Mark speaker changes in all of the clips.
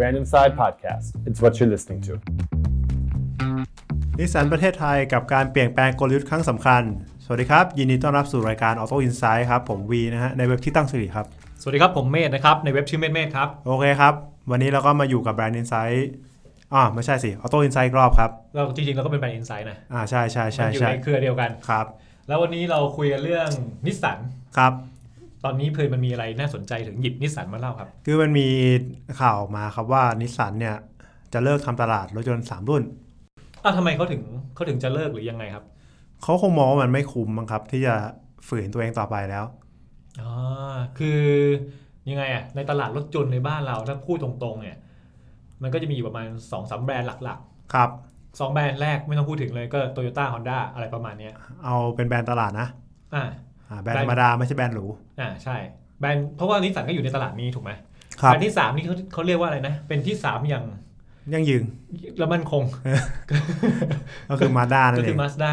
Speaker 1: Random Side Podcast. It's what you're listening to.
Speaker 2: นิสสันประเทศไทยกับการเปลี่ยนแปลงกลยุทธ์ครั้งสำคัญ สวัสดีครับ ยินดีต้อนรับสู่รายการ Auto Insight ครับ ผมวีนะฮะ ในเว็บที่ตั้งสิริครับ
Speaker 3: สวัสดีครับ ผมเมธนะครับ ในเว็บชื่อเมธเมธครับ
Speaker 2: โอเคครับ วันนี้เราก็มาอยู่กับแบรนด์ Insight อ่าไม่ใช่สิ Auto Insight อีกรอบครับ
Speaker 3: เราจริงๆ เราก็เป็นแบรนด์อินไซด์นะ
Speaker 2: อ่าใช่ใช่ใช่
Speaker 3: มันอยู่
Speaker 2: ใช่
Speaker 3: ในเครือเดียวกัน
Speaker 2: ครับ
Speaker 3: แล้ววันนี้เราคุยกันเรื่องนิสสัน
Speaker 2: ครับ
Speaker 3: ตอนนี้เพื่อนมันมีอะไรน่าสนใจถึงหยิบนิสสันมาเล่าครับ
Speaker 2: คือมันมีข่าวออกมาครับว่านิสสันเนี่ยจะเลิกทำตลาดรถยนต์ 3 รุ่น
Speaker 3: อ้าวทำไมเขาถึงเขาถึงจะเลิกหรือยังไงครับ
Speaker 2: เขาคงมองว่ามันไม่คุ้มมั้งครับ ที่จะฝืนตัวเองต่อไปแล้ว
Speaker 3: อ๋อคือยังไงอะในตลาดรถจนต์ในบ้านเราถ้าพูดตรงๆเนี่ยมันก็จะมีอยู่ประมาณ2อสแบรนด์หลัก
Speaker 2: ครับ
Speaker 3: ๆสองแบรนด์แรกไม่ต้องพูดถึงเลยก็โตโยต้าฮอนด้าอะไรประมาณเนี้ย
Speaker 2: เอาเป็นแบรนด์ตลาดนะ
Speaker 3: อ่า
Speaker 2: อ่าแบรน
Speaker 3: แบร
Speaker 2: ด์ธ
Speaker 3: น
Speaker 2: รรม
Speaker 3: ด์
Speaker 2: ดาไม่ใช่แบรนด์หรู
Speaker 3: อ่าใช่แบรนด์เพราะว่านิสสันก็อยู่ในตลาดนี้ถูกไหม
Speaker 2: ครับ
Speaker 3: แบรนด์ที่สามนี่เขาเขาเรียกว่าอะไรนะเป็นที่สามอย่าง
Speaker 2: ยั่งยืน
Speaker 3: แล้วมันคง
Speaker 2: ก็คือมาด้านั่
Speaker 3: ก็
Speaker 2: นเอ
Speaker 3: คือง มาสด้า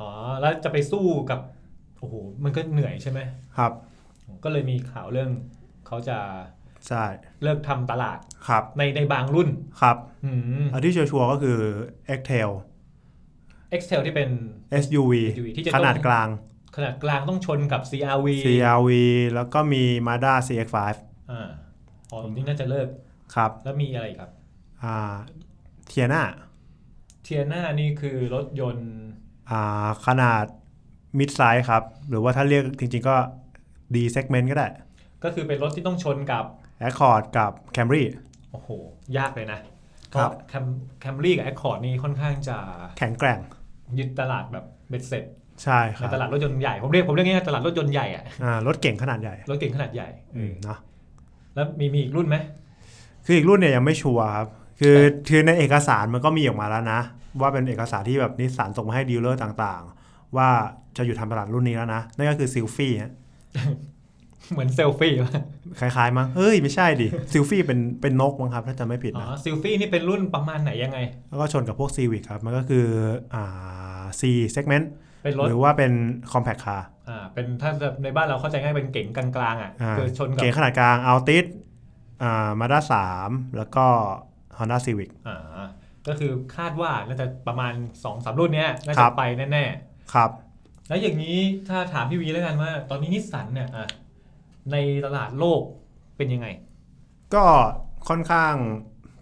Speaker 3: อ๋อ แล้วจะไปสู้กับ โอ้โห มันก็เหนื่อยใช่ไหม
Speaker 2: ครับ
Speaker 3: ก็เลยมีข่าวเรื่องเขาจะ
Speaker 2: ใช่
Speaker 3: เลิกทำตลาด
Speaker 2: ครับ
Speaker 3: ในในบางรุ่น
Speaker 2: ครับ
Speaker 3: อืม
Speaker 2: อันที่ชัวร์ๆก็คือ e x t a i l
Speaker 3: Excel ที่เป็น
Speaker 2: SUV
Speaker 3: ที่จะต้อง
Speaker 2: ขนาดกลาง
Speaker 3: ขนาดกลางต้องชนกับ CRV
Speaker 2: CRV แล้วก็มี Mazda CX5
Speaker 3: อ่าอ๋อจริงๆน่าจะเลิก
Speaker 2: ครับ
Speaker 3: แล้วมีอะไรอีกครับ
Speaker 2: อ่าเทียนา
Speaker 3: เทียน่านี่คือรถยนต์
Speaker 2: อ่าขนาด mid size ครับ หรือว่าถ้าเรียกจริงๆก็ D segment ก็ได้
Speaker 3: ก็คือเป็นรถที่ต้องชนกับ
Speaker 2: Accord กับ Camry
Speaker 3: โอ้โห ยากเลยนะครับ แคมแคมรี่กับแอคคอร์ดนี่ค่อนข้างจะ
Speaker 2: แข็งแกร่ง
Speaker 3: ยึดตลาดแบบเบ็ดเสร็จ
Speaker 2: ใช่ค
Speaker 3: ใน
Speaker 2: รับ
Speaker 3: ตลาดรถยนต์ใหญ่ผมเรียกผมเรียกง่ายๆตลาดรถยนต์ใหญ่อะ
Speaker 2: อ่ารถเก่งขนาดใหญ่
Speaker 3: รถเก่งขนาดใหญ่
Speaker 2: อืมเนาะ
Speaker 3: แล้วมีมีอีกรุ่นไหม
Speaker 2: คืออีกรุ่นเนี่ยยังไม่ชัวร์ครับ คือ
Speaker 3: แต่
Speaker 2: คือในเอกสารมันก็มีออกมาแล้วนะ ว่าเป็นเอกสารที่แบบนิสสันส่งมาให้ดีลเลอร์ต่างๆ ว่าจะหยุดทำตลาดรุ่นนี้แล้วนะ นั่นก็คือซิลฟี่ฮะ
Speaker 3: เหมือนเซลฟี่ป่ะ
Speaker 2: คล้ายๆมั้งเฮ้ย ไม่ใช่ดิ ซิลฟี่เป็นเป็นนกมั้งครับ ถ้าจำไม่ผิด
Speaker 3: อ๋อ
Speaker 2: นะ
Speaker 3: ซิลฟี่นี่เป็นรุ่นประมาณไหนยังไง
Speaker 2: แล้วก็ชนกับพวกซีวิ c ครับ มันก็คืออ่า C segment
Speaker 3: เป็นรถ
Speaker 2: หรือว่าเป็น compact car
Speaker 3: อ่าเป็นถ้าในบ้านเราเข้าใจง่ายเป็นเก๋งกลางๆอ่ะ
Speaker 2: อ่า
Speaker 3: คือชนกับ
Speaker 2: เก๋งขนาดกลางอัลติสอ่ามาด้าสามแล้วก็ Honda Civic
Speaker 3: อ่าก็คือคาดว่าน่าจะประมาณ2อสรุ่นเนี้ยน่า
Speaker 2: ครั
Speaker 3: จะ
Speaker 2: บ
Speaker 3: ไปแน่
Speaker 2: ครับ
Speaker 3: ๆ แล้วอย่างนี้ถ้าถามพี่วีแล้วกันว่า ตอนนี้นิสสันเนี่ยอ่ะในตลาดโลกเป็นยังไง
Speaker 2: ก็ค่อนข้าง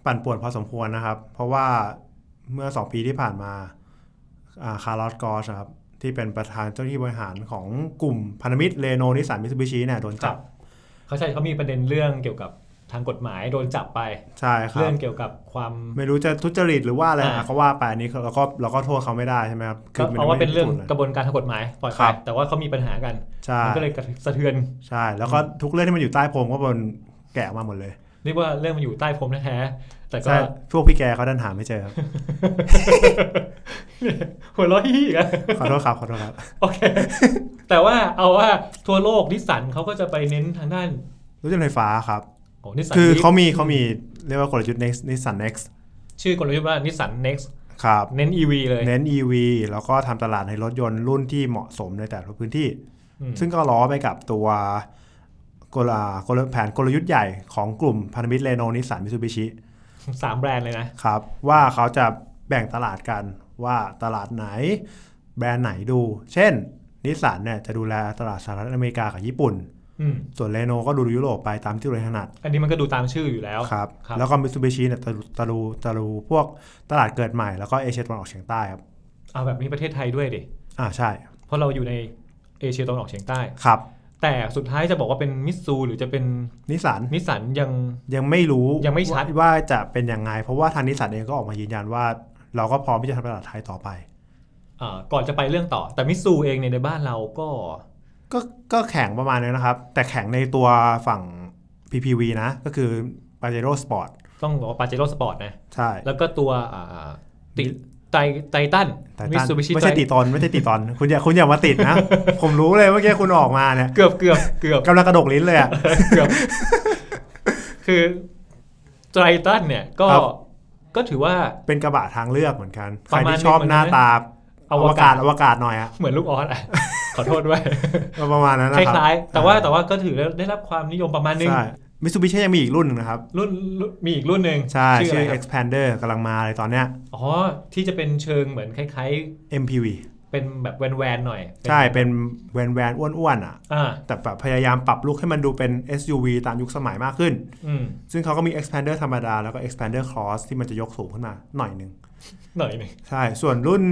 Speaker 2: ปั่นป่วนพอสมควรนะครับ เพราะว่าเมื่อ 2 ปีที่ผ่านมาคาร์ลอสกอชครับ ที่เป็นประธานเจ้าหน้าที่บริหารของกลุ่มพันธมิตรเลโนนิสสันมิตซูบิชิเนี่ยโดนจับ
Speaker 3: เขาใช่เขามีประเด็นเรื่องเกี่ยวกับทางกฎหมายโดนจับไป
Speaker 2: ใช่ครั
Speaker 3: เรื่
Speaker 2: บ
Speaker 3: องเกี่ยวกับความ
Speaker 2: ไม่รู้จะทุจริตหรือว่าอะไร
Speaker 3: อ่า
Speaker 2: อ่ะก็ว่าไปอันนี้เราก็เราก็โทษเขาไม่ได้ใช่ไหมครับ
Speaker 3: ก็
Speaker 2: มั
Speaker 3: เอาว่าเป็นเรื่อง
Speaker 2: ไม่ได้ถู
Speaker 3: ก
Speaker 2: ก
Speaker 3: ระบวนการทางกฎหมายปล่อย
Speaker 2: ค
Speaker 3: ไป
Speaker 2: รับ
Speaker 3: แต่ว่าเขามีปัญหากัน
Speaker 2: ใช่
Speaker 3: มันก็เลยกระสะเทือน
Speaker 2: ใช่ แล้วก็ทุกเรื่องที่มันอยู่ใต้พรมก็บนแกะออกมาหมดเลย
Speaker 3: เรียกว่าเรื่องมันอยู่ใต้พรมแท้ๆแต่ก็
Speaker 2: ใช่พวกพี่แกเขาดันหาไม่เจอครับ
Speaker 3: หัวเร้อยอีกอะ
Speaker 2: ขอโทษครับขอโทษครับ
Speaker 3: โอเค แต่ว่าเอาว่าทั่วโลกนิสสันเขาก็จะไปเน้นทางด้าน
Speaker 2: รถยนต์ไฟฟ้าครับ
Speaker 3: โอ้นิสสัน
Speaker 2: คือเขามีเขามีเรียกว่ากลยุทธ์ next นิสสัน next
Speaker 3: ชื่อกลยุทธ์ว่านิสสัน next
Speaker 2: ครับ
Speaker 3: เน้น EV เลย
Speaker 2: เน้น EV แล้วก็ทำตลาดในรถยนต์รุ่นที่เหมาะสมในแต่ละพื้นที่
Speaker 3: อืม
Speaker 2: ซึ่งก็ล้อไปกับตัวกลากลแผนกลยุทธ์ใหญ่ของกลุ่มพันธมิตรเลโนนิสสันมิซูบิชิ
Speaker 3: สามแบรนด์เลยนะครับ
Speaker 2: ว่าเขาจะแบ่งตลาดกันว่าตลาดไหน แบรนด์ไหนดู เช่นนิสสันเนี่ยจะดูแลตลาดสหรัฐอเมริกากับญี่ปุ่น
Speaker 3: อืม
Speaker 2: ส่วนเลโนก็ดูยุโรปไปตามที่ตัวเองถนัด
Speaker 3: อันนี้มันก็ดูตามชื่ออยู่แล้ว
Speaker 2: ครับ
Speaker 3: ครับ
Speaker 2: แล้วก็มิซูบิชิเนี่ยตะลุตะลูตะลูพวกตลาดเกิดใหม่แล้วก็เอเชียตะวันออกเฉียงใต้ครับ
Speaker 3: เอาแบบนี้ประเทศไทยด้วยดิ
Speaker 2: อ่าใช่
Speaker 3: เพราะเราอยู่ในเอเชียตะวันออกเฉียงใต้
Speaker 2: ครับ
Speaker 3: แต่สุดท้ายจะบอกว่าเป็นมิตซูหรือจะเป็น
Speaker 2: นิสสัน
Speaker 3: นิสสันยัง
Speaker 2: ยังไม่รู้
Speaker 3: ยังไม่ชัด
Speaker 2: ว่าว่าจะเป็นยังไง เพราะว่าทางนิสสันเองก็ออกมายืนยันว่า เราก็พร้อมที่จะทำตลาดไทยต่อไป
Speaker 3: อ่าก่อนจะไปเรื่องต่อ แต่มิตซูเองเนี่ยในบ้านเราก็
Speaker 2: ก็ก็แข่งประมาณนึงนะครับ แต่แข่งในตัวฝั่ง PPV นะ ก็คือ Pajero Sport
Speaker 3: ต้องบอกว่าปาเจโร่สปอร์ตนะ
Speaker 2: ใช่
Speaker 3: แล้วก็ตัวอ่าติไตไททัน
Speaker 2: แต่
Speaker 3: มิ
Speaker 2: ตัน
Speaker 3: สูบิชิ
Speaker 2: ไม่ใช่ติดตอนไม่ใช่ติดตอน คุณอย่าคุณอย่ามาติดนะ ผมรู้เลยเมื่อกี้คุณออกมาเนี่ย
Speaker 3: เกือบเกือบเกือบ
Speaker 2: กำลังกระดกลิ้นเลยอะ
Speaker 3: เกือบ คือไตทันเนี่ยก็
Speaker 2: ครับ
Speaker 3: ก็ถือว่า
Speaker 2: เป็นกระบะทางเลือกเหมือนกัน ใค
Speaker 3: ป
Speaker 2: ร
Speaker 3: ระมาณ
Speaker 2: ที่ชอบ
Speaker 3: หนึ่งเหมือน
Speaker 2: หน้า
Speaker 3: กันนะ
Speaker 2: ตา
Speaker 3: อ
Speaker 2: อ
Speaker 3: วกาก
Speaker 2: วา
Speaker 3: ศ
Speaker 2: ศอวกาศหน่อยอะ
Speaker 3: เหมือนลูกออสอะ ขอโทษด้วย
Speaker 2: ก็ประมาณนั้นนะ
Speaker 3: ค
Speaker 2: ครับ
Speaker 3: ล้ายๆ แต่ว่าแต่ว่าก็ถือได้รับความนิยมประมาณนึง
Speaker 2: ใช่ มิสูบิชิยังมีอีกรุ่นหนึ่งนะครับ
Speaker 3: รุ่นรุ่นมีอีกรุ่นหนึ่ง
Speaker 2: ใช่
Speaker 3: ชื่อ
Speaker 2: ชื่
Speaker 3: อะ
Speaker 2: อ
Speaker 3: ไรครับ
Speaker 2: expander กำลังมาเลยตอนเนี้ย
Speaker 3: อ๋อ ที่จะเป็นเชิงเหมือนคล้าย
Speaker 2: MPV
Speaker 3: ๆ เป็นแบบแวนๆหน่อย
Speaker 2: ใช่เป็นแวนแวนๆอ้วนๆอ่ะ
Speaker 3: อ่า
Speaker 2: แต่แบบพยายามปรับลุคให้มันดูเป็น SUV ตามยุคสมัยมากขึ้น
Speaker 3: อืม
Speaker 2: ซึ่งเขาก็มี expander ธรรมดา แล้วก็ expander cross ที่มันจะยกสูงขึ้นมาหน่อยหนึ่ง
Speaker 3: หน่อยหนึ่ง
Speaker 2: ใช่ ส่วนรุ่น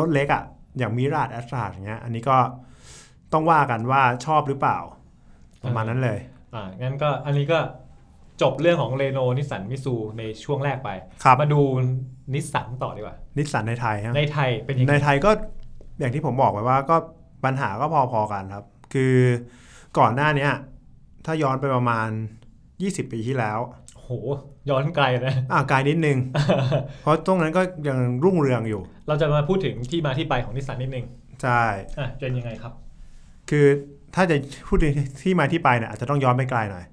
Speaker 2: รถเล็กอะ่ะ อย่างมิราดแอสตราอย่างเงี้ย อันนี้ก็ต้องว่ากันว่าชอบหรือเปล่า ประมาณนั้นเลย
Speaker 3: อ่างั้นก็อันนี้ก็จบเรื่องของเรโนนิสสันมิซูในช่วงแรกไป
Speaker 2: ครับ
Speaker 3: มาดูนิสสันต่อดีกว่า
Speaker 2: นิสสันในไทยฮะ
Speaker 3: ในไทยเป็นยังไง
Speaker 2: ในไทยก็อย่างที่ผมบอกไปว่าก็ปัญหาก็พอๆกันครับ คือก่อนหน้าเนี้ย ถ้าย้อนไปประมาณ 20 ปีที่แล้ว
Speaker 3: โห ย้อนไกลนะ
Speaker 2: อ่ะไกลนิดนึง เพราะตรงนั้นก็ยังรุ่งเรืองอยู่
Speaker 3: เราจะมาพูดถึงที่มาที่ไปของนิสสันนิดนึง
Speaker 2: ใช่
Speaker 3: อ่ะเป็นยังไงครับ
Speaker 2: คือถ้าจะพูดถึงที่มาที่ไปเนี่ยอาจจะต้องย้อนไปไกลหน่อย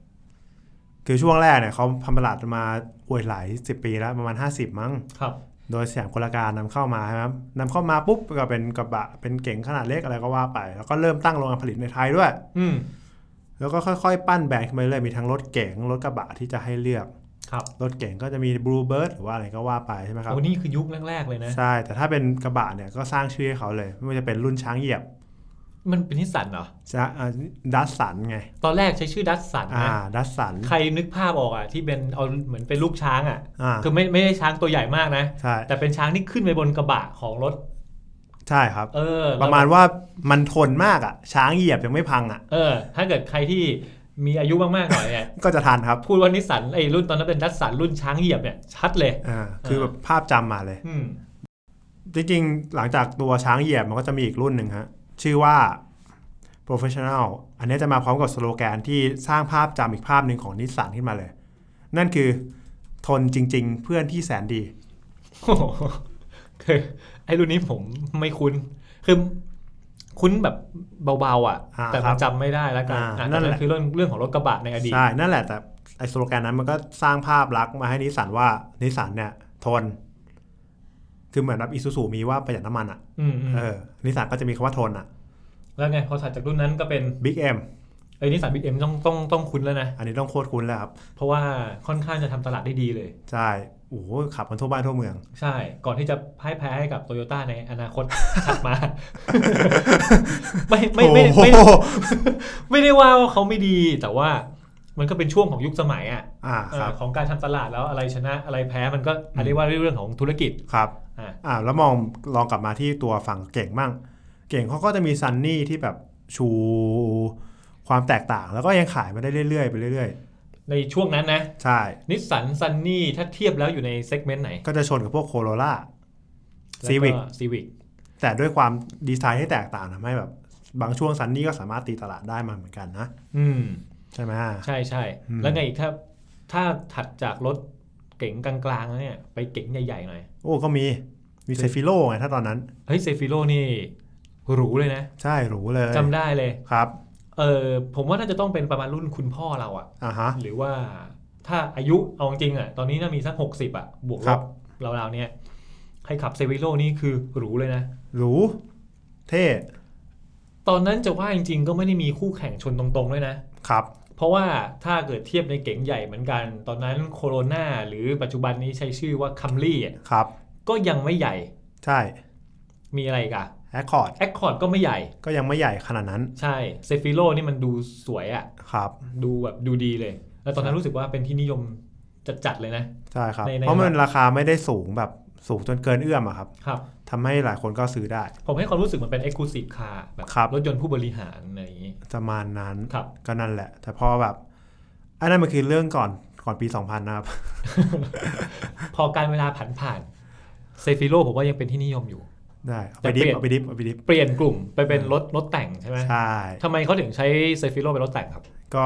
Speaker 2: คือช่วงแรกเนี่ยเขาทำตลาดมาโอ้ยหลายสิบปีแล้วประมาณ 50 มั้ง
Speaker 3: ครับ
Speaker 2: โดยสยามกลการนำเข้ามาใช่ไหมครับนำเข้ามาปุ๊บก็เป็นกระบะเป็นเก๋งขนาดเล็กอะไรก็ว่าไป แล้วก็เริ่มตั้งโรงงานผลิตในไทยด้วย
Speaker 3: อืม
Speaker 2: แล้วก็ค่อยๆ ปั้นแบรนด์ขึ้นมาเรื่อยมีทั้งรถเก๋งรถกระบะที่จะให้เลือก
Speaker 3: ครับ
Speaker 2: รถเก๋งก็จะมี Blue Bird หรือว่าอะไรก็ว่าไปใช่ไหมครับ
Speaker 3: โอ้นี่คือยุคแรกๆเลยนะ
Speaker 2: ใช่ แต่ถ้าเป็นกระบะเนี่ยก็สร้างชื่อให้เขาเลย ไม่ว่าจะเป็นรุ่นช้างเหยียบ
Speaker 3: มันเป็นนิสสันเหรอ
Speaker 2: จะดัสสันไง
Speaker 3: ตอนแรกใช้ชื่อดัสสัน
Speaker 2: อ่า
Speaker 3: นะ
Speaker 2: ดัสสัน
Speaker 3: ใครนึกภาพออกอ่ะที่เป็นเอาเหมือนเป็นลูกช้างอ่ะ
Speaker 2: อ่า
Speaker 3: คือไม่ไม่ได้ช้างตัวใหญ่มากนะ
Speaker 2: ใช่
Speaker 3: แต่เป็นช้างที่ขึ้นไปบนกระบะของรถ
Speaker 2: ใช่ครับ
Speaker 3: เออ
Speaker 2: ประมาณว่ามันทนมากอ่ะ ช้างเหยียบยังไม่พังอ่ะ
Speaker 3: เออ ถ้าเกิดใครที่มีอายุมากๆหน่อยเนี่ย
Speaker 2: ก็จะทันครับ
Speaker 3: พูดว่านิสสันไอ้รุ่นตอนนั้นเป็นดัสสันรุ่นช้างเหยียบเนี่ยชัดเลย
Speaker 2: อ่าคือแบบภาพจำมาเลย
Speaker 3: อืม
Speaker 2: จริงๆ หลังจากตัวช้างเหยียบมันก็จะมีอีกรุ่นหนึ่งฮะ ชื่อว่า professional อันนี้จะมาพร้อมกับสโลแกนที่สร้างภาพจำอีกภาพหนึ่งของนิสสันขึ้นมาเลย นั่นคือทนจริง ๆ เพื่อนที่แสนดี
Speaker 3: โอ้โหคือไอ้รุ่นนี้ผมไม่คุ้น คือคุ้นแบบเบาๆอ่ะ
Speaker 2: อ่า
Speaker 3: แต่
Speaker 2: ค
Speaker 3: มั
Speaker 2: รั
Speaker 3: น
Speaker 2: บ
Speaker 3: จำไม่ได้แล้วกัน
Speaker 2: อ่า
Speaker 3: อ่ะ
Speaker 2: นั่น
Speaker 3: แต่
Speaker 2: แหละ
Speaker 3: นั่นคือเรื่องเรื่องของรถกระบะในอดีต
Speaker 2: ใช่ นั่นแหละแต่ไอสโลแกนนั้นมันก็สร้างภาพลักษณ์มาให้นิสสันว่านิสสันเนี่ยทน คือเหมือนแบบอิซูซูมีว่าประหยัดน้ำมันอ่ะ
Speaker 3: อืมอืม
Speaker 2: เออ นิสสันก็จะมีคำว่าทนอ่ะ
Speaker 3: แล้วไงพอถัดจากรุ่นนั้นก็เป็น
Speaker 2: Big M
Speaker 3: ไอ้นิสสันบิ๊กเอ็มต้องต้องต้องคุ้นแล้วนะ
Speaker 2: อันนี้ต้องโคตรคุ้นแล้วครับ
Speaker 3: เพราะว่าค่อนข้างจะทำตลาดได้ดีเลย
Speaker 2: ใช่ โอ้โห ขับมันทั่วบ้านทั่วเมือง
Speaker 3: ใช่ ก่อนที่จะพ่ายแพ้ให้กับโตโยต้าในอนาคต ถัดมา ไม่ไม่ไม่
Speaker 2: โอ้
Speaker 3: ไม่
Speaker 2: โห
Speaker 3: ไม่ได้ว่าว่าเขาไม่ดี แต่ว่ามันก็เป็นช่วงของยุคสมัยอ่ะ
Speaker 2: อ่าครับ
Speaker 3: เอ่อของการทำตลาดแล้วอะไรชนะอะไรแพ้มันก็อันนี้ว่าเรื่องของธุรกิจ
Speaker 2: ครับ
Speaker 3: อ่ะ
Speaker 2: อ่า แล้วมองลองกลับมาที่ตัวฝั่งเก่งบ้าง เก่งเขาก็จะมีซันนี่ที่แบบชูความแตกต่าง แล้วก็ยังขายมาได้เรื่อยๆไปเรื่อย
Speaker 3: ในช่วงนั้นนะ
Speaker 2: ๆ ใช่
Speaker 3: นิสสันซันนี่ถ้าเทียบแล้วอยู่ในเซกเมนต์ไหน
Speaker 2: ก็จะชนกับพวกโคโรล่า ซีวิก
Speaker 3: ซีวิก
Speaker 2: แต่ด้วยความดีไซน์ที่แตกต่างทำให้แบบบางช่วงซันนี่ก็สามารถตีตลาดได้มาเหมือนกันนะ
Speaker 3: อืม
Speaker 2: ใช่ไหม
Speaker 3: ใช่ใช่
Speaker 2: อืม
Speaker 3: แล้วไงอีกถ้าถ้าถัดจากรถเก๋งกลางๆแล้วเนี่ยไปเก๋งใหญ่ๆหน่อย
Speaker 2: โอ้ก็มี มีเซฟิโลไงถ้าตอนนั้น
Speaker 3: เฮ้ยเซฟิโลนี่หรูเลยนะ
Speaker 2: ใช่หรูเลย
Speaker 3: จำได้เลย
Speaker 2: ครับ
Speaker 3: เออผมว่าน่าจะต้องเป็นประมาณรุ่นคุณพ่อเราอะ
Speaker 2: อ่าฮะ
Speaker 3: หรือว่าถ้าอายุเอาจริงๆอะตอนนี้น่ามีสักหกสิบอะบวกล
Speaker 2: ครับ บ
Speaker 3: ราวๆเนี่ยใครขับเซฟิโลนี่คือหรูเลยนะ
Speaker 2: หรู เท่
Speaker 3: ตอนนั้นจะว่าจริงๆ ก็ไม่ได้มีคู่แข่งชนตรงๆด้วยนะ
Speaker 2: ครับ
Speaker 3: เพราะว่าถ้าเกิดเทียบในเก๋งใหญ่เหมือนกัน ตอนนั้นโคโรนาหรือปัจจุบันนี้ใช้ชื่อว่าคัมรี่อะ
Speaker 2: ครับ
Speaker 3: ก็ยังไม่ใหญ่
Speaker 2: ใช่
Speaker 3: มีอะไรอีกัน
Speaker 2: แอคคอร์ด
Speaker 3: แอคคอร์ดก็ไม่ใหญ่
Speaker 2: ก็ยังไม่ใหญ่ขนาดนั้น
Speaker 3: ใช่เซฟิโลนี่มันดูสวยอะ
Speaker 2: ครับ
Speaker 3: ดูแบบดูดีเลย แล้วตอนนั้นรู้สึกว่าเป็นที่นิยมจัดๆเลยนะ
Speaker 2: ใช่ครับ
Speaker 3: ในใน
Speaker 2: เพราะมันราคาไม่ได้สูงแบบสูงจนเกินเอื้อมอะครับ
Speaker 3: ครับ
Speaker 2: ทำให้หลายคนก็ซื้อได้
Speaker 3: ผมให้ความรู้สึกเหมันเป็น Exclusive Car แบบ
Speaker 2: ครับ
Speaker 3: รถยนต์ผู้บริหารอะไรอย่างนี้
Speaker 2: ประมาณนั้น
Speaker 3: ครับ
Speaker 2: ก็นั่นแหละ แต่พอแบบอันนั้นมันคือเรื่องก่อนก่อนปี 2000 นะครับ
Speaker 3: พอการเวลาผ่านผ่านเซฟิโลผมว่ายังเป็นที่นิยมอยู่
Speaker 2: ได้เอาไปดิฟ
Speaker 3: แต่
Speaker 2: เอา
Speaker 3: เป
Speaker 2: ไป
Speaker 3: ลี่
Speaker 2: ดิ
Speaker 3: ยน
Speaker 2: ฟเอาไปดิฟ
Speaker 3: เปลี่ยนกลุ่มไปเป็นรถรถแต่งใช่ไหม
Speaker 2: ใช่
Speaker 3: ทำไมเขาถึงใช้เซฟิโลเป็นรถแต่งครับ
Speaker 2: ก็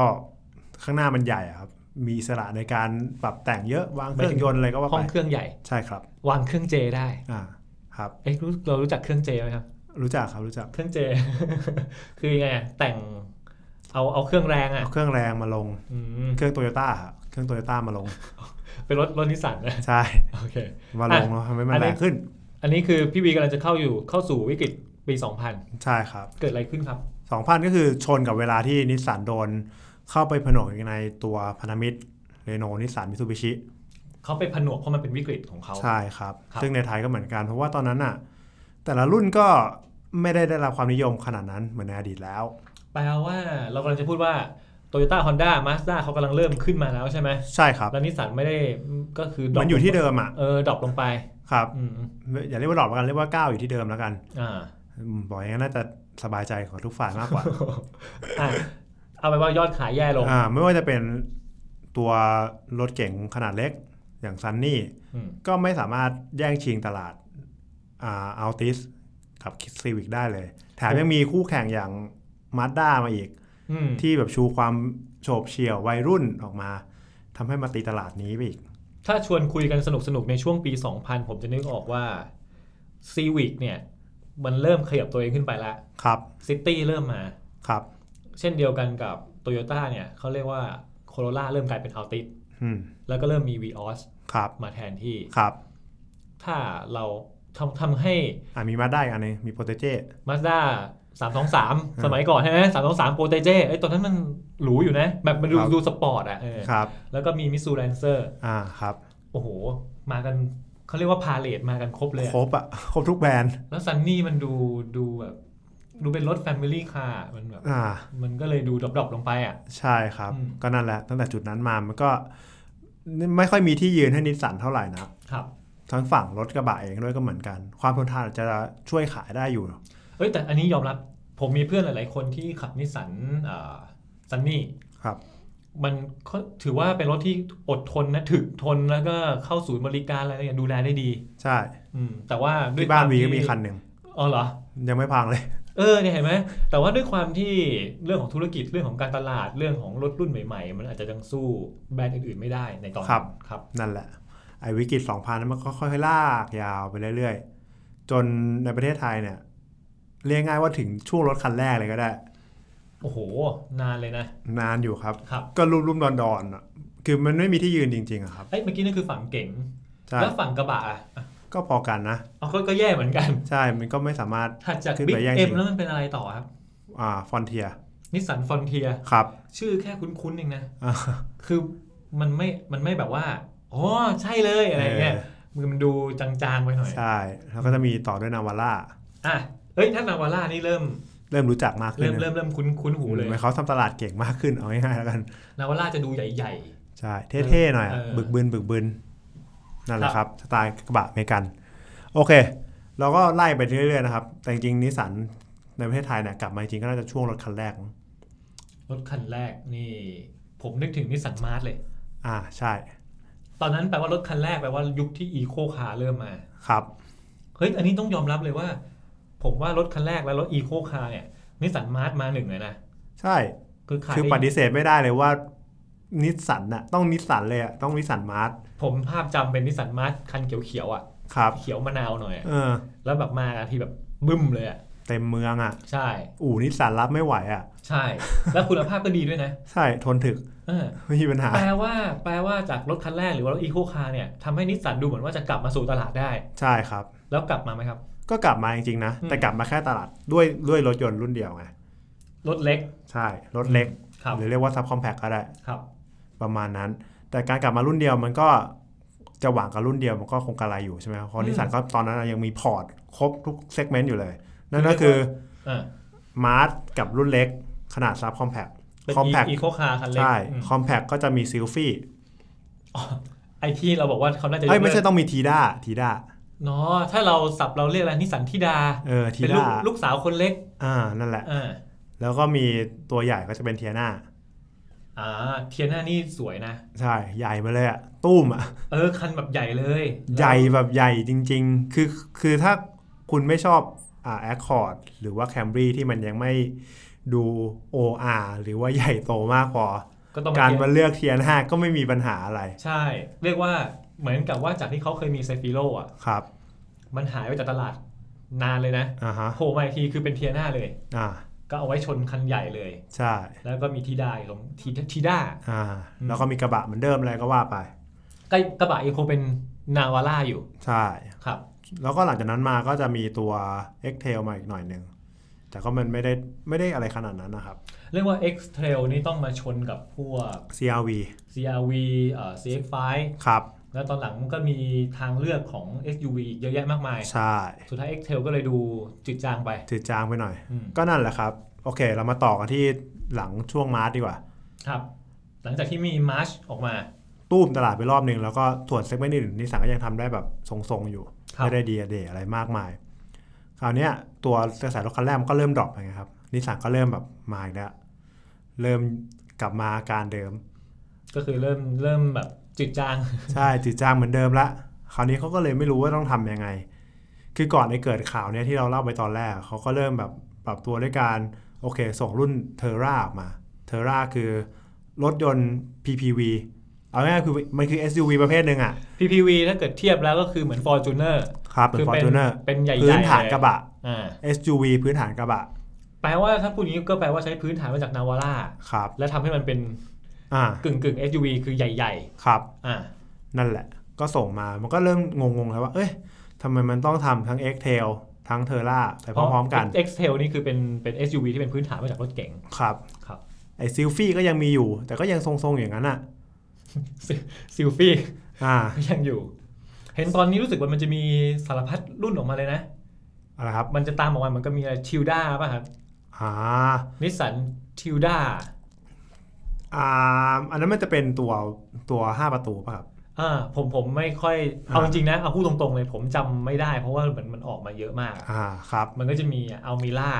Speaker 2: ข้างหน้ามันใหญ่อะครับ มีอิสระในการปรับแต่งเยอะวางเครื่อ
Speaker 3: หมายถึ
Speaker 2: ง
Speaker 3: ง
Speaker 2: ยนต์อะไรก็ว่า
Speaker 3: ห้
Speaker 2: ไป
Speaker 3: องเครื่องใหญ่
Speaker 2: ใช่ครับ
Speaker 3: วางเครื่องเจได้
Speaker 2: อ่า ครับ
Speaker 3: เอ๊ะรู้เรารู้จักเครื่องเจไหมครับ
Speaker 2: รู้จักครับรู้จัก
Speaker 3: เครื่องเจ คือยังไงอะแต่งเอาเอาเครื่องแรงอ่ะ
Speaker 2: เอาเครื่องแรงมาลง
Speaker 3: อืม
Speaker 2: เครื่องโตโยต้าเครื่องโตโยต้ามาลง
Speaker 3: เป็นรถรถนิสสันนะ
Speaker 2: ใช่
Speaker 3: โอเค
Speaker 2: มาลงแล้วทำให้มั
Speaker 3: อั
Speaker 2: น
Speaker 3: น
Speaker 2: แร
Speaker 3: นี้
Speaker 2: งขึ้น
Speaker 3: อันนี้คือพี่วีกำลังจะเข้าอยู่เข้าสู่วิกฤตปี 2000
Speaker 2: ใช่ครับ
Speaker 3: เกิดอะไรขึ้นครับ
Speaker 2: 2,000 ก็คือชนกับเวลาที่นิสสันโดน เข้าไปผนวกอยู่ในตัวพันธมิตรเรโนนิสสันมิตซูบิชิ
Speaker 3: เขาไปผนวกเพราะมันเป็นวิกฤตของเขา
Speaker 2: ใช่ครับ
Speaker 3: ครับ
Speaker 2: ซึ่งในไทยก็เหมือนกัน เพราะว่าตอนนั้นอ่ะ แต่ละรุ่นก็ไม่ได้ได้รับความนิยมขนาดนั้นเหมือนในอดีตแล้ว
Speaker 3: แปลว่าเรากำลังจะพูดว่า Toyota Honda Mazda เขากำลังเริ่มขึ้นมาแล้วใช่ไหม
Speaker 2: ใช่ครับ
Speaker 3: แล้วนิสสันไม่ได้ก็คือดรอป
Speaker 2: มันอยู่ที่เดิมอ่ะ
Speaker 3: เออดรอปลงไป
Speaker 2: ครับ
Speaker 3: อืม
Speaker 2: อย่าเรียกว่าดรอปแล้วกันเรียกว่าก้าวอยู่ที่เดิมแล้วกัน
Speaker 3: อ่า
Speaker 2: อืมบอกอย่างนั้นน่าจะสบายใจของทุกฝ่ายมากกว่า
Speaker 3: อ่ะเอาไปนว่ายอดขายแย่ลง
Speaker 2: อ่าไม่ว่าจะเป็นตัวรถเก๋งขนาดเล็กอย่างซันนี่
Speaker 3: อืม
Speaker 2: ก็ไม่สามารถแย่งชิงตลาดอ่าอัลติสกับซีวิกได้เลย แถมยังมีคู่แข่งอย่างมา z ด้ามาอีก
Speaker 3: อืม
Speaker 2: ที่แบบชูความโฉบเฉี่ยววัยรุ่นออกมาทำให้มาตีตลาดนี้ไปอีก
Speaker 3: ถ้าชวนคุยกันสนุกสนุกๆในช่วงปี 2000 ผมจะนึกออกว่า Civic เนี่ย มันเริ่มขยับตัวเองขึ้นไปละ
Speaker 2: ครับ
Speaker 3: City เริ่มมา
Speaker 2: ครับ
Speaker 3: เช่นเดียวกันกับ Toyota เนี่ยเขาเรียกว่า Corolla เริ่มกลายเป็น Altis
Speaker 2: อืม
Speaker 3: แล้วก็เริ่มมี Vios
Speaker 2: ครับ
Speaker 3: มาแทนที่
Speaker 2: ครับ
Speaker 3: ถ้าเราทำทำให้
Speaker 2: อ่ะมีมาด้าอีกอันหนึงมีโปเตเจ
Speaker 3: Mazda 323 สมัยก่อนใช่ไหม323 p r o t e g e ไอ้ยตอนนั้นมันหรูอยู่นะ แบบมันดู
Speaker 2: ครับ
Speaker 3: ดูสปอร์ตอ่ะเออ
Speaker 2: ครับ
Speaker 3: แล้วก็มี Mitsu Lancer
Speaker 2: อ่าครับ
Speaker 3: โอ้โห มากันเขาเรียกว่าพาเลทมากันครบเลยอะ
Speaker 2: ครบอ่ะ ครบทุกแบรนด์
Speaker 3: แล้วซันนี่มันดูดูแบบดูเป็นรถแฟมิลี่คาร์มันแบบ
Speaker 2: อ่า
Speaker 3: มันก็เลยดูดรอปๆลงไปอ่ะ
Speaker 2: ใช่ครับ
Speaker 3: อืม
Speaker 2: ก็นั่นแหละตั้งแต่จุดนั้นมามันก็ไม่ค่อยมีที่ยืนให้นิสสันเท่าไหร่นะครับ ทั้งฝั่งรถกระบะเองด้วยก็เหมือนกัน ความทนทานอาจจะช่วยขายได้อยู่
Speaker 3: เอ้ยแต่อันนี้ยอมรับผมมีเพื่อนหลาย ๆ คนที่ขับนิสสันซันนี่
Speaker 2: ครับ
Speaker 3: มันก็ถือว่าเป็นรถที่อดทนนะถึกทนแล้วก็เข้าศูนย์บริการอะไรเนี่ยดูแลได้ดี
Speaker 2: ใช่
Speaker 3: อืมแต่ว่าด้วย
Speaker 2: ที่บ้าน
Speaker 3: ว
Speaker 2: วี
Speaker 3: ที่
Speaker 2: ก็มีคันหนึ่ง
Speaker 3: อ๋อเหรอ
Speaker 2: ยังไม่พังเลย
Speaker 3: เออเนี่ยเห็นไหมแต่ว่าด้วยความที่เรื่องของธุรกิจเรื่องของการตลาดเรื่องของรถรุ่นใหม่ ๆ มันอาจจะยังสู้แบรนด์อื่นๆไม่ได้ในตอนนั้น
Speaker 2: ครับ
Speaker 3: ครับ
Speaker 2: นั่นแหละ ไอ้วิกฤต2,000นั้นมันก็ค่อยๆลากยาวไปเรื่อยๆ จนในประเทศไทยเนี่ย เรียกง่ายว่าถึงช่วงรถคันแรกเลยก็ได้
Speaker 3: โอ้โห นานเลยนะ
Speaker 2: นานอยู่ครับ
Speaker 3: ครับ
Speaker 2: ก็รุ่มๆดอนๆอะคือมันไม่มีที่ยืนจริงๆอะครับ
Speaker 3: เอ้ยเมื่อกี้นั่นคือฝั่งเก๋ง
Speaker 2: ใช่
Speaker 3: แล้วฝั่งกระบะอะอ่ะ
Speaker 2: ก็พอกันนะ
Speaker 3: เอาก็ก็แย่เหมือนกัน
Speaker 2: ใช่ มันก็ไม่สามารถ
Speaker 3: ถัดจาก
Speaker 2: ขึ้น
Speaker 3: บิ๊
Speaker 2: ไป
Speaker 3: ก
Speaker 2: แย่งชิง
Speaker 3: เอ็มแล้วมันเป็นอะไรต่อครับ
Speaker 2: อ่าฟอนเทีย
Speaker 3: นิสสันฟอนเทีย
Speaker 2: ครับ
Speaker 3: ชื่อแค่คุ้นๆเองนะ
Speaker 2: อ่า
Speaker 3: คือมันไม่มันไม่แบบว่าอ๋อใช่เลยอะไรเงี้ย
Speaker 2: เออ
Speaker 3: มันดูจางๆไปหน่อย
Speaker 2: ใช่ แล้วก็จะมีต่อด้วยนาวาร่า
Speaker 3: อ่ะเอ้ยถ้านาวาร่านี่เริ่ม
Speaker 2: เริ่มรู้จักมากขึ้
Speaker 3: เริ่
Speaker 2: น
Speaker 3: มเริ่มเริ่มคุ้นคุ้นหูเลย
Speaker 2: หมือนเขาทำตลาดเก่งมากขึ้น เอาง่ายๆแล้วกัน
Speaker 3: นาวาร่าจะดูใหญ่
Speaker 2: ใช่ เท่ๆหน่อยอะ
Speaker 3: เออ
Speaker 2: บึกบึนบึกบึนนั่นแหละครับ สไตล์กระบะอเมริกัน โอเค เราก็ไล่ไปเรื่อยๆนะครับ แต่จริงๆนิสสันในประเทศไทยเนี่ยกลับมาจริงๆก็น่าจะช่วงรถคันแรก
Speaker 3: ๆ รถคันแรกนี่ ผมนึกถึงนิสสันมาร์ทเลย
Speaker 2: อ่าใช่
Speaker 3: ตอนนั้นแปลว่ารถคันแรกแปลว่ายุคที่อีโคคาร์เริ่มมา
Speaker 2: ครับ
Speaker 3: เฮ้ย อันนี้ต้องยอมรับเลยว่า ผมว่ารถคันแรกและรถอีโคคาร์เนี่ยนิสสันมาร์ทมาหนึ่งเลยนะ
Speaker 2: ใช่
Speaker 3: คือขาย
Speaker 2: คือป
Speaker 3: ได้
Speaker 2: ฏิเสธไม่ได้เลยว่านิสสันน่ะต้องนิสสันเลยอะต้องนิสสันมาร์ท
Speaker 3: ผมภาพจำเป็นนิสสันมาร์ทคันเขียวๆอ่ะ
Speaker 2: ครับ
Speaker 3: เขียวมะนาวหน่อยอะ
Speaker 2: เออ
Speaker 3: แล้วแบบมากันทีแบบบึ้มเลยอ่ะ
Speaker 2: เต็มเมืองอ่ะ
Speaker 3: ใช่
Speaker 2: อู่นิสสันรับไม่ไหวอ่ะ
Speaker 3: ใช่ แล้วคุณภาพก็ดีด้วยนะ
Speaker 2: ใช่ทนถึก
Speaker 3: เออ
Speaker 2: ไม่มีปัญหา
Speaker 3: แปลว่าแปลว่าจากรถคันแรกหรือว่ารถอีโคคาร์เนี่ยทำให้นิสสันดูเหมือนว่าจะกลับมาสู่ตลาดได้
Speaker 2: ใช่ครับ
Speaker 3: แล้วกลับมาไหมครับ
Speaker 2: ก็กลับมาจริงๆนะ
Speaker 3: อืม
Speaker 2: แต่กลับมาแค่ตลาดด้วยด้วยรถยนต์รุ่นเดียวไง
Speaker 3: รถเล็ก
Speaker 2: ใช่ รถเล็ก
Speaker 3: ครับ
Speaker 2: หรือเรียกว่าซับคอมแพคก็ได้
Speaker 3: ครับ
Speaker 2: ประมาณนั้น แต่การกลับมารุ่นเดียวมันก็จะหวังกับรุ่นเดียวมันก็คงกระไรอยู่ใช่ไหมเพราะนิสสันก็ตอนนั้นยังมีพอร์ตครบทุกเซกเมนต์อยู่เลย นั่นก็คือ
Speaker 3: อ่า
Speaker 2: มาร์ทกับรุ่นเล็ก ขนาดซับคอมแพค
Speaker 3: เป็น
Speaker 2: คอมแพค
Speaker 3: อีโคคาร์คันเล็ก
Speaker 2: ใช่
Speaker 3: อืม
Speaker 2: คอมแพคก็จะมีซิลฟี่
Speaker 3: อ๋อไอที่เราบอกว่าเขาน่าจะ
Speaker 2: เอ้ยไม่ใช่
Speaker 3: ยกเลิก
Speaker 2: ต้องมีทีด้าทีด้า
Speaker 3: เนาะถ้าเราสับเราเรียกอะไรนิสสันทิดา
Speaker 2: เออที
Speaker 3: เป็นลู
Speaker 2: ด้าก
Speaker 3: ลูกสาวคนเล็ก
Speaker 2: อ่านั่นแหละ
Speaker 3: อ่า
Speaker 2: แล้วก็มีตัวใหญ่ก็จะเป็นเทียนา
Speaker 3: อ่าเทียน่านี่สวยนะ
Speaker 2: ใช่ใหญ่มาเลยอะตุ้มอะ
Speaker 3: เออ คันแบบใหญ่เลย
Speaker 2: ใหญ่แบบใหญ่จริงๆ คือคือถ้าคุณไม่ชอบอ่าแอคคอร์ดหรือว่าแคมบรีที่มันยังไม่ดู OR หรือว่าใหญ่โตมากพอ
Speaker 3: ก็ต้อง
Speaker 2: การ
Speaker 3: เทียบ
Speaker 2: มาเลือกเทียนห้าก็ไม่มีปัญหาอะไร
Speaker 3: ใช่ เรียกว่าเหมือนกับว่าจากที่เขาเคยมีเซฟิโลอ่ะ
Speaker 2: ครับ
Speaker 3: มันหายไปจากตลาดนานเลยนะ
Speaker 2: อ่าฮะ
Speaker 3: โผล่มาอีกทีคือเป็นเทียน่าเลย
Speaker 2: อ่า
Speaker 3: ก็เอาไว้ชนคันใหญ่เลย
Speaker 2: ใช่
Speaker 3: แล้วก็มีทิดาอยู่ตรงทิทิดา
Speaker 2: อ่า
Speaker 3: อืม
Speaker 2: แล้วก็มีกระบะเหมือนเดิมอะไรก็ว่าไป
Speaker 3: ใกล้กระบะยังคงเป็นนาวาร่าอยู่
Speaker 2: ใช่
Speaker 3: ครับ
Speaker 2: แล้วก็หลังจากนั้นมาก็จะมีตัว Excel มาอีกหน่อยหนึ่งจ แต่ก็มันไม่ได้ไม่ได้อะไรขนาดนั้นนะครับ
Speaker 3: เรียกว่า X Trail นี่ต้องมาชนกับพวก
Speaker 2: CRV
Speaker 3: CRV เอ่อ CX5
Speaker 2: ครับ
Speaker 3: แล้วตอนหลังมันก็มีทางเลือกของ SUV อีกเยอะแยะมากมาย
Speaker 2: ใช่
Speaker 3: สุดท้าย X Trail ก็เลยดูจืดจางไป
Speaker 2: ถือจางไปหน่อย
Speaker 3: อืม
Speaker 2: ก็นั่นแหละครับ โอเค เรามาต่อกันที่หลังช่วงมาร์สดีกว่า
Speaker 3: ครับ หลังจากที่มี March ออกมา
Speaker 2: ตู้มตลาดไปรอบหนึ่งแล้วก็ส่วนเซกเมนต์อื่นๆนิสสันก็ยังทำได้แบบทรงๆอยู่
Speaker 3: ครับ
Speaker 2: ไม่ได้ดีอะเดย์อะไรมากมาย คราวเนี้ยตัวกระแสรถคันแรกมันก็เริ่มดรอปไปไงครับนิสสันก็เริ่มแบบมาอีกแล้วเริ่มกลับมาอาการเดิม
Speaker 3: ก็คือเริ่มเริ่มแบบจืดจาง
Speaker 2: ใช่จืดจางเหมือนเดิมละคราวนี้เขาก็เลยไม่รู้ว่าต้องทำยังไง คือก่อนในเกิดข่าวเนี่ยที่เราเล่าไปตอนแรกเขาก็เริ่มแบบปรับตัวด้วยการโอเค ส่งรุ่นเทอร่าออกมาเทอร่าคือรถยนต์ PPV เอาง่ายๆคือมันคือ SUV ประเภทหนึ่งอะ
Speaker 3: PPV ถ้าเกิดเทียบแล้วก็คือเหมือน Fortuner
Speaker 2: ครับเหมือน Fortuner
Speaker 3: เป็นใหญ่ๆ
Speaker 2: พื้นฐานกระบะ
Speaker 3: อ่า
Speaker 2: SUV พื้นฐานกระบะ
Speaker 3: แปลว่าถ้าพูดอย่างนี้ก็แปลว่าใช้พื้นฐานมาจากนาวาร่า
Speaker 2: ครับ
Speaker 3: และทำให้มันเป็น
Speaker 2: อ่าก
Speaker 3: ึ่งกึ่งๆ SUV คือใหญ่
Speaker 2: ครับ
Speaker 3: ๆ อ่า
Speaker 2: นั่นแหละ ก็ส่งมามันก็เริ่มงงๆแล้วว่า เอ้ยทำไมมันต้องทำทั้ง X Tail ทั้งเทอร่าไปพร้อมๆกัน
Speaker 3: X Trail นี่คือเป็นเป็น SUV ที่เป็นพื้นฐานมาจากรถเก๋ง
Speaker 2: ครับ
Speaker 3: ครับ
Speaker 2: ไอซิลฟี่ก็ยังมีอยู่ แต่ก็ยังทรงๆอย่างนั้นอ่ะ
Speaker 3: ซิลฟี่
Speaker 2: อ่า
Speaker 3: ยังอยู่ เห็นตอนนี้รู้สึกว่ามันจะมีสารพัดรุ่นออกมาเลยนะ
Speaker 2: อะไรครับ
Speaker 3: มันจะตามออกมามันก็มีอะไรทิวด้าป่ะครับ
Speaker 2: อ่า
Speaker 3: นิสสันทิวด้า
Speaker 2: อ่าอันนั้นมันจะเป็นตัวตัว 5 ประตูป่ะครับ
Speaker 3: อ่าผมผมไม่ค่อย
Speaker 2: อ่า
Speaker 3: เอาจริงๆนะ เอาพูดตรงๆเลย ผมจำไม่ได้ เพราะว่าเหมือนมันออกมาเยอะมาก
Speaker 2: อ่าครับ
Speaker 3: มันก็จะมีอัลมิล่า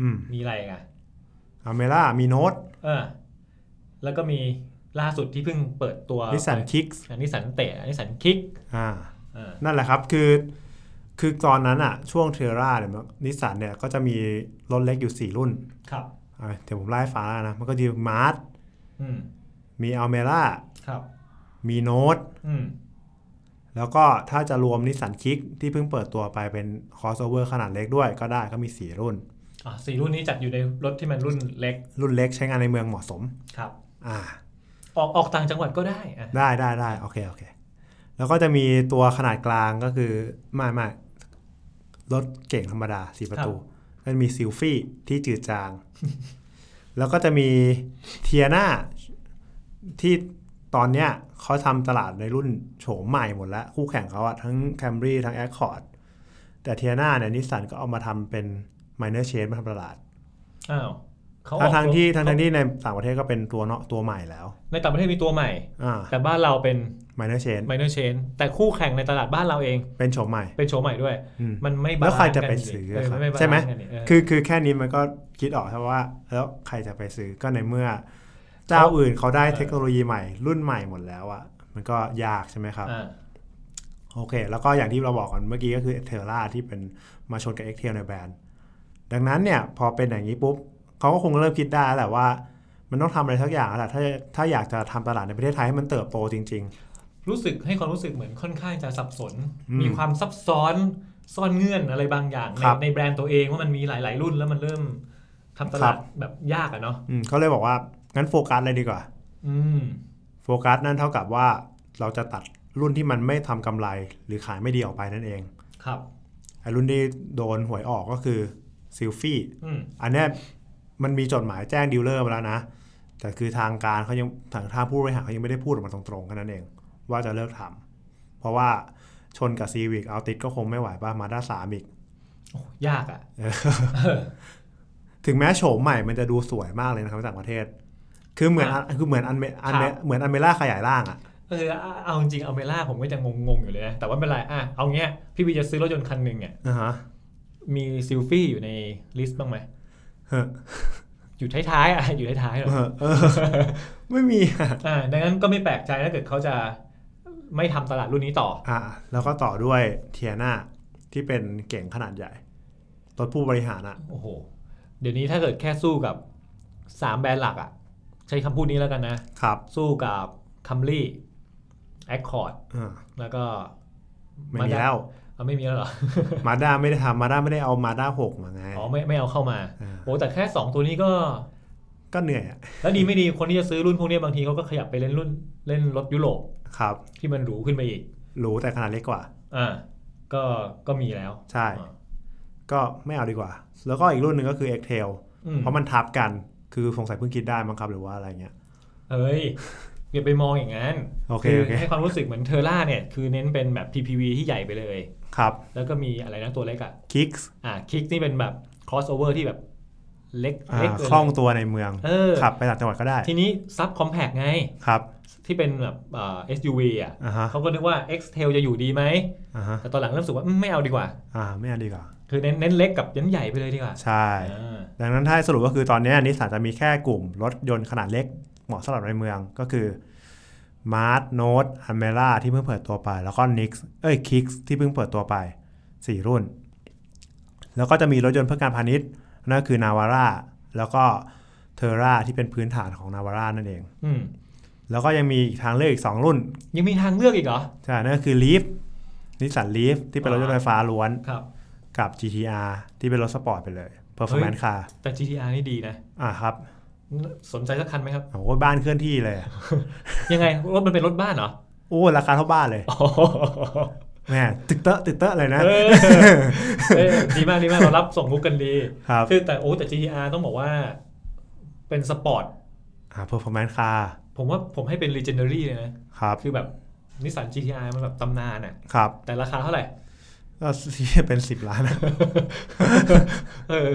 Speaker 2: อืม
Speaker 3: มีอะไรอีกัน
Speaker 2: อเมล่ามีโน้ต
Speaker 3: เออแล้วก็มีล่าสุดที่เพิ่งเปิดตัว
Speaker 2: นิสสันคิกส์
Speaker 3: นิสสันเตะนิสสันคิก
Speaker 2: อ่า
Speaker 3: อ่า
Speaker 2: นั่นแหละครับคือคือตอนนั้นอะช่วงเทอร่าเนี่ยนิสสันเนี่ยก็จะมีรถเล็กอยู่ 4 รุ่น
Speaker 3: ครับ
Speaker 2: อ่าเดี๋ยวผมไล่ฟ้าแล้วนะ มันก็จะมีมาร์ท
Speaker 3: อืม
Speaker 2: มีอัลเมล่า
Speaker 3: ครับ
Speaker 2: มีโน้ต
Speaker 3: อืม
Speaker 2: แล้วก็ถ้าจะรวมนิสสันคิกที่เพิ่งเปิดตัวไปเป็นคอสโอเวอร์ขนาดเล็กด้วยก็ได้ก็มี 4 รุ่น
Speaker 3: อ่าสี่รุ่นนี้จัดอยู่ในรถที่มันรุ่นเล็ก
Speaker 2: รุ่นเล็กใช้งานในเมืองเหมาะสม
Speaker 3: ครับ
Speaker 2: อ่า
Speaker 3: ออกออกต่างจังหวัดก็ได้อ่ะ
Speaker 2: ได้ได้ได้โอเคโอเค แล้วก็จะมีตัวขนาดกลางก็คือไม่ไม่รถเก่งธรรมดาสี่ประตูก็มีซิลฟี่ที่จืดจาง แล้วก็จะมีเทียนาที่ตอนเนี้ยเขาทำตลาดในรุ่นโฉมใหม่หมดแล้ว คู่แข่งเขาอะทั้งแคมรีทั้งแอคคอร์ดแต่เทียนาเนี่ยนิสสันก็เอามาทำเป็นม i เนอร์เชนมาทำตลาด
Speaker 3: อ้าวเขาอ
Speaker 2: ทั้
Speaker 3: อง ก
Speaker 2: ทั้ง
Speaker 3: ตัว
Speaker 2: ที่ทั้งทั้งที่ในต่างประเทศก็เป็นตัวเนาะตัวใหม่แล้ว
Speaker 3: ในต่างประเทศมีตัวใหม่
Speaker 2: อ่า
Speaker 3: แต่บ้านเราเป็น
Speaker 2: มเนอร์เชน
Speaker 3: minor chain แต่คู่แข่งในตลาดบ้านเราเอง
Speaker 2: เป็นโฉมใหม่
Speaker 3: เป็นโชว์ใหม่ด้วย
Speaker 2: อืม
Speaker 3: มันไม่
Speaker 2: แล้วใครจะ
Speaker 3: บาลานซ์
Speaker 2: ไป
Speaker 3: กัน
Speaker 2: ซื้อ
Speaker 3: เออ
Speaker 2: ครับ
Speaker 3: ไม่บาลานซ์
Speaker 2: ใช่ไหม
Speaker 3: กันนี่เออ
Speaker 2: คือคือแค่นี้มันก็คิดออกครับว่า แล้วใครจะไปซื้อก็ในเมื่อ เจ้า
Speaker 3: เขา
Speaker 2: อื่นเขาได้
Speaker 3: เออ
Speaker 2: เทคโนโลยีใหม่ รุ่นใหม่หมดแล้วอะมันก็ยากใช่ไหมครับ
Speaker 3: อ่า
Speaker 2: โอเค แล้วก็อย่างที่เราบอกกันเมื่อกี้ก็คือเทอร่าที่เป็นมาชนกับเอ็กเทลในแบรนด์ ดังนั้นเนี่ยพอเป็นอย่างนี้ปุ๊บเขาก็คงเริ่มคิดได้แล้วแหละว่า มันต้องทำอะไรสักอย่างแล้วแหละถ้าถ้าอยากจะทำตลาดในประเทศไทยให้มันเติบโตจริง
Speaker 3: รู้สึกให้ความรู้สึกเหมือนค่อนข้างจะสับสน
Speaker 2: อืม
Speaker 3: มีความซับซ้อนซ่อนเงื่อนอะไรบางอย่างใน
Speaker 2: ครับ
Speaker 3: ในแบรนด์ตัวเองว่ามันมีหลาย ๆ รุ่นแล้วมันเริ่มทำต
Speaker 2: ครั
Speaker 3: ลาด
Speaker 2: บ
Speaker 3: แบบยากอะเนาะ
Speaker 2: ๆอืมเขาเลยบอกว่างั้นโฟกัสเลยดีกว่า
Speaker 3: อืม
Speaker 2: โฟกัสนั่นเท่ากับว่าเราจะตัดรุ่นที่มันไม่ทำกำไรหรือขายไม่ดีออกไปนั่นเอง
Speaker 3: ครับ
Speaker 2: ไอ้รุ่นที่โดนหวยออกก็คือซิลฟี่
Speaker 3: อืม
Speaker 2: อันเนี้ยมันมีจดหมายแจ้งดีลเลอร์มาแล้วนะ แต่คือทางการเขายังทางทางผู้บริหารเขายังไม่ได้พูดออกมาตรงๆแค่นั้นเอง ว่าจะเลิกทำเพราะว่าชนกับซีวิกเอาติดก็คงไม่ไหวป่ะมาด้าสามอีก
Speaker 3: โอ้ยากอะ
Speaker 2: ถึงแม้โฉมใหม่มันจะดูสวยมากเลยนะครับในต่างประเทศ คือเหมือนอันคือเหมือนอันเมอันเมเหมือนอันเมล่าขยายร่างอะ
Speaker 3: เออเอาเอาจริงๆเอาเมล่าผมก็ยังงงๆอยู่เลยนะแต่ว่าไม่เป็นไรอ่ะเอาเงี้ยพี่บีจะซื้อรถยนต์คันหนึ่งเนี่ย
Speaker 2: อ่าฮะ
Speaker 3: มีซิลฟี่อยู่ในลิสต์บ้างไหม
Speaker 2: เฮ้อ
Speaker 3: อยู่ท้ายๆอ่ะ อยู่ท้ายๆเหรอ
Speaker 2: เฮ้อเอ อไม่มี อะ
Speaker 3: อ่าดังนั้นก็ไม่แปลกใจถ้าเกิดเขาจะไม่ทำตลาดรุ่นนี้ต่อ
Speaker 2: อ่าแล้วก็ต่อด้วยเทียนาที่เป็นเก่งขนาดใหญ่รถผู้บริหารอะ
Speaker 3: โอ้โห เดี๋ยวนี้ถ้าเกิดแค่สู้กับ 3 แบรนด์หลักอ่ะ ใช้คำพูดนี้แล้วกันนะ
Speaker 2: ครับ
Speaker 3: สู้กับคัมรี่แอคคอร์ด
Speaker 2: อ่า
Speaker 3: แล้วก็
Speaker 2: ไม่มีแล้ว
Speaker 3: เอาไม่มีแล้วเหรอ
Speaker 2: มาด้าไม่ได้ทำมาด้าไม่ได้เอามาด้าหกมาไง
Speaker 3: อ๋อไม่ไม่เอาเข้ามา
Speaker 2: อ่า
Speaker 3: โอ้แต่แค่ 2 ตัวนี้ก็
Speaker 2: ก็เหนื่อยอะ
Speaker 3: แล้วดีไม่ดีคนที่จะซื้อรุ่นพวกเนี้ยบางทีเขาก็ขยับไปเล่นรุ่นเล่นรถยุโรป
Speaker 2: ครับ
Speaker 3: ที่มันหรูขึ้นไปอีก
Speaker 2: รู้แต่ขนาดเล็กกว่า
Speaker 3: อ่า ก็ก็มีแล้ว
Speaker 2: ใช่
Speaker 3: อ่า
Speaker 2: ก็ไม่เอาดีกว่า แล้วก็อีกรุ่นหนึ่งก็คือ x t a i l
Speaker 3: อืม
Speaker 2: เพราะมันทับกันคือสงสัยเพิ่งคิดได้มั้งครับหรือว่าอะไรเงี้ย
Speaker 3: เฮ้ยอย่าไปมองอย่างนั้น
Speaker 2: โอเค
Speaker 3: คือ
Speaker 2: โอเค
Speaker 3: ให้ความรู้สึกเหมือนเทอร่าเนี่ยคือเน้นเป็นแบบ PPV ที่ใหญ่ไปเลย
Speaker 2: ครับ
Speaker 3: แล้วก็มีอะไรนะตัวเล็กอ่ะ
Speaker 2: คิก
Speaker 3: อ่าคิกนี่เป็นแบบ crossover ที่แบบเล็ก
Speaker 2: อ่า
Speaker 3: เล็กเลย
Speaker 2: คล่องตัวในเมือง
Speaker 3: เออ
Speaker 2: ขับไปต่างจังหวัดก็ได้
Speaker 3: ทีนี้ซับคอมแพกไง
Speaker 2: ครับ
Speaker 3: ที่เป็นแบบเอ่อ SUV อ่ะ
Speaker 2: อ่าฮะ
Speaker 3: เขาก็นึกว่า X-Tail จะอยู่ดีไหม
Speaker 2: อ่าฮะ
Speaker 3: แต่ตอนหลังเริ่มรู้สึกว่าอืมไม่เอาดีกว่า
Speaker 2: อ่าไม่เอาดีกว่า
Speaker 3: คือเน้นเน้นเล็กกับเน้นใหญ่ไปเลยดีกว่า
Speaker 2: ใช่
Speaker 3: อ่า
Speaker 2: ดังนั้นถ้าสรุปก็คือตอนนี้นิสสันจะมีแค่กลุ่มรถยนต์ขนาดเล็กเหมาะสำหรับในเมืองก็คือ Mart, Note, a m e r a ที่เพิ่งเปิดตัวไป แล้วก็ Nix เอ้ย Kicks ที่เพิ่งเปิดตัวไป 4 รุ่น แล้วก็จะมีรถยนต์เพื่อการพาณิชย์นั่นก็คือ Navara แล้วก็ Terra ที่เป็นพื้นฐานของ Navara นั่นเอง
Speaker 3: อืม
Speaker 2: แล้วก็ยังมีอีกทางเลือกอีก 2 รุ่น
Speaker 3: ยังมีทางเลือกอีกเหรอ
Speaker 2: ใช่นั่นก็คือ Leaf นิสสัน Leaf ที่เป็นรถยนต์ไฟฟ้าล้วน
Speaker 3: ครับ
Speaker 2: กับ GTR ที่เป็นรถสปอร์ตไปเลย Performance Car
Speaker 3: แต่ GTR นี่ดีนะ
Speaker 2: อ่ะครับ
Speaker 3: สนใจสักคันไหมครับ
Speaker 2: โอ้โหบ้านเคลื่อนที่เลยอะ
Speaker 3: ยังไง รถมันเป็นรถบ้านเหรอ
Speaker 2: โอ้ราคาเท่าบ้านเลย
Speaker 3: อ๋อ
Speaker 2: แหม่ตึกเตอะตึกเตอะเลยนะ
Speaker 3: เออเออดีมากดีมากเรารับส่งมุกกันดี
Speaker 2: ครับ
Speaker 3: คือแต่โอ้แต่ GTR ต้องบอกว่า เป็นสปอร์ต
Speaker 2: อ่าเพอร์ฟอร์แมนซ์คาร์
Speaker 3: ผมว่าผมให้เป็น legendary เลยนะ
Speaker 2: ครับ
Speaker 3: คือแบบนิสสัน GTR มันแบบตำนานอ่ะ
Speaker 2: ครับ
Speaker 3: แต่ราคาเท่าไห ร่
Speaker 2: ก็ เป็นสิบ ล้านนะ
Speaker 3: เออ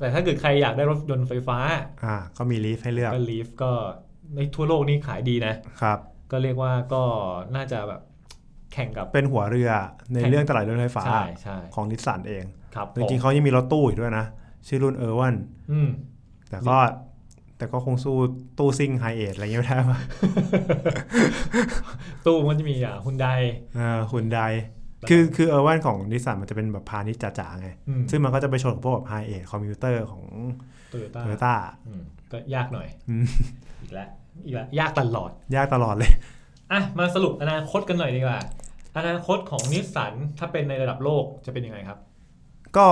Speaker 3: แต่ถ้าเกิดใครอยากได้รถยนต์ไฟฟ้า
Speaker 2: อ่า ก็มีลีฟให้เลือก
Speaker 3: ก็ลีฟก็ในทั่วโลกนี่ขายดีนะ
Speaker 2: ครับ
Speaker 3: ก็เรียกว่าก็น่าจะแบบแข่งกับ
Speaker 2: เป็นหัวเรือใน
Speaker 3: แข่ง
Speaker 2: เรื่องตลาดรถไฟฟ้า
Speaker 3: ใช่ใช่
Speaker 2: ของนิสสันเอง
Speaker 3: ครับ
Speaker 2: จริงๆ
Speaker 3: ผม
Speaker 2: เขายังมีรถตู้อีกด้วยนะ ชื่อรุ่นเออร์วัน
Speaker 3: อืม
Speaker 2: แต่ก็แต่ก็คงสู้ตู้ซิ่งไฮเอทอะไรเงี้ยไม่ได้ ป่ะ
Speaker 3: ตู้มันจะมีอ่ะฮุนได
Speaker 2: หุ่นใดคือคือเออร์วันของนิสสันมันจะเป็นแบบพาณิชย์จ๋าๆไง
Speaker 3: อืม
Speaker 2: ซึ่งมันก็จะไปชนกับพวกแบบไฮเอทคอมพิวเตอร์ของ
Speaker 3: โตโย
Speaker 2: โต
Speaker 3: ต้า
Speaker 2: โยต้า
Speaker 3: ก็ยากหน่อย
Speaker 2: อืม
Speaker 3: อีกแล้วอีกแล้วยากตลอด
Speaker 2: ยากตลอดเลย
Speaker 3: อ่ะ มาสรุปอนาคตกันหน่อยดีกว่า อนาคตของนิสสันถ้าเป็นในระดับโลกจะเป็นยังไงครับ
Speaker 2: ก็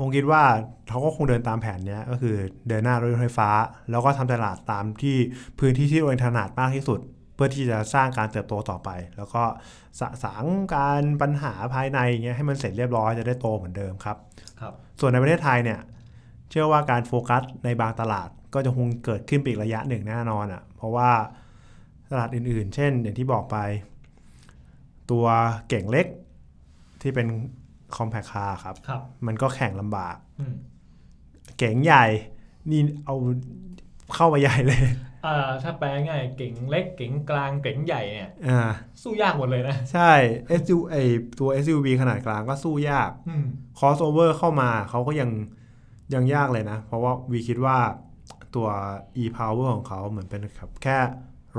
Speaker 2: องคิดว่าเขาก็คงเดินตามแผนเนี้ยก็คือเดินหน้ารถยนต์ไฟฟ้า แล้วก็ทำตลาดตามที่พื้นที่ที่ตัวเองถนัดมากที่สุด เพื่อที่จะสร้างการเติบโตต่อไป แล้วก็สะสางการปัญหาภายในอย่างเงี้ยให้มันเสร็จเรียบร้อยจะได้โตเหมือนเดิมครับ
Speaker 3: ครับ
Speaker 2: ส่วนในประเทศไทยเนี่ยเชื่อว่าการโฟกัสในบางตลาดก็จะคงเกิดขึ้นไปอีกระยะหนึ่งแน่นอนอะ่ะเพราะว่าตลาดอื่นๆ เช่น อย่างที่บอกไป ตัวเก่งเล็กที่เป็นคอมแพคคาร์ครับ
Speaker 3: ครับ
Speaker 2: มันก็แข่งลำบาก
Speaker 3: อืม
Speaker 2: เก๋งใหญ่ นี่เอาเข้ามาใหญ่เลย
Speaker 3: อ่าถ้าแปลง่ายเก๋งเล็กเก๋งกลางเก๋งใหญ่เนี่ย
Speaker 2: อ่า
Speaker 3: สู้ยากหมดเลยนะ
Speaker 2: ใช่ SU ไอตัว SUV ขนาดกลางก็สู้ยาก
Speaker 3: อืม
Speaker 2: crossover เข้ามาเขาก็ยังยังยากเลยนะ เพราะว่าวีคิดว่าตัว e power ของเขาเหมือนเป็นครับแค่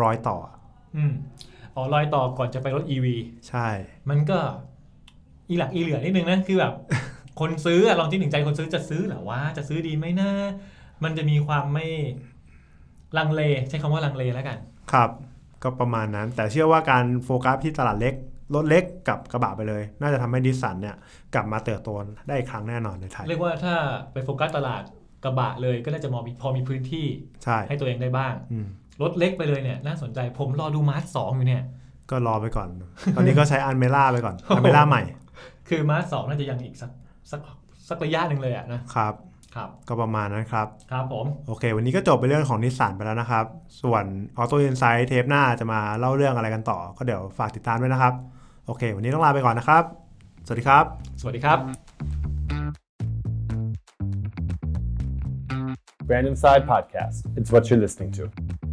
Speaker 2: ร้อยต่อ
Speaker 3: อืมอ๋อรอยต่อก่อนจะไปรถ EV
Speaker 2: ใช่
Speaker 3: มันก็ อีหลักอีเหลือนิดนึงนะคือแบบ คนซื้ออะลองที่หนึ่งใจคนซื้อจะซื้อเหรอวะจะซื้อดีไหมนะมันจะมีความไม่ลังเล ใช้คำว่าลังเลแล้วกัน
Speaker 2: ครับ ก็ประมาณนั้น แต่เชื่อว่าการโฟกัสที่ตลาดเล็ก รถเล็กกับกระบะไปเลย น่าจะทำให้ดิสสันเนี่ยกลับมาเติบโตได้อีกครั้งแน่นอนในไทย
Speaker 3: เรียกว่าถ้าไปโฟกัสตลาดกระบะเลยก็น่าจะมองมีพอมีพื้นที่
Speaker 2: ใช่
Speaker 3: ให้ตัวเองได้บ้าง
Speaker 2: อืม
Speaker 3: รถเล็กไปเลยเนี่ย น่าสนใจผมรอดูมาร์ทสองอยู่เนี่ย
Speaker 2: ก็รอไปก่อน ตอนนี้ก็ใช้อันเมล่าไปก่อน อันเมล่าใหม่
Speaker 3: คือมาร์ทสองน่าจะยังอีกสักสักสักระยะหนึ่งเลยอะนะครับ ครับ
Speaker 2: ก็ประมาณนั้นครับ
Speaker 3: ครับผม
Speaker 2: โอเค วันนี้ก็จบไปเรื่องของนิสสันไปแล้วนะครับ ส่วน Auto Insight เทปหน้าจะมาเล่าเรื่องอะไรกันต่อ ก็เดี๋ยวฝากติดตามด้วยนะครับ โอเค วันนี้ต้องลาไปก่อนนะครับ สวัสดีครับ
Speaker 3: สวัสดีครับ
Speaker 1: Brand Inside Podcast. It's what you're listening to.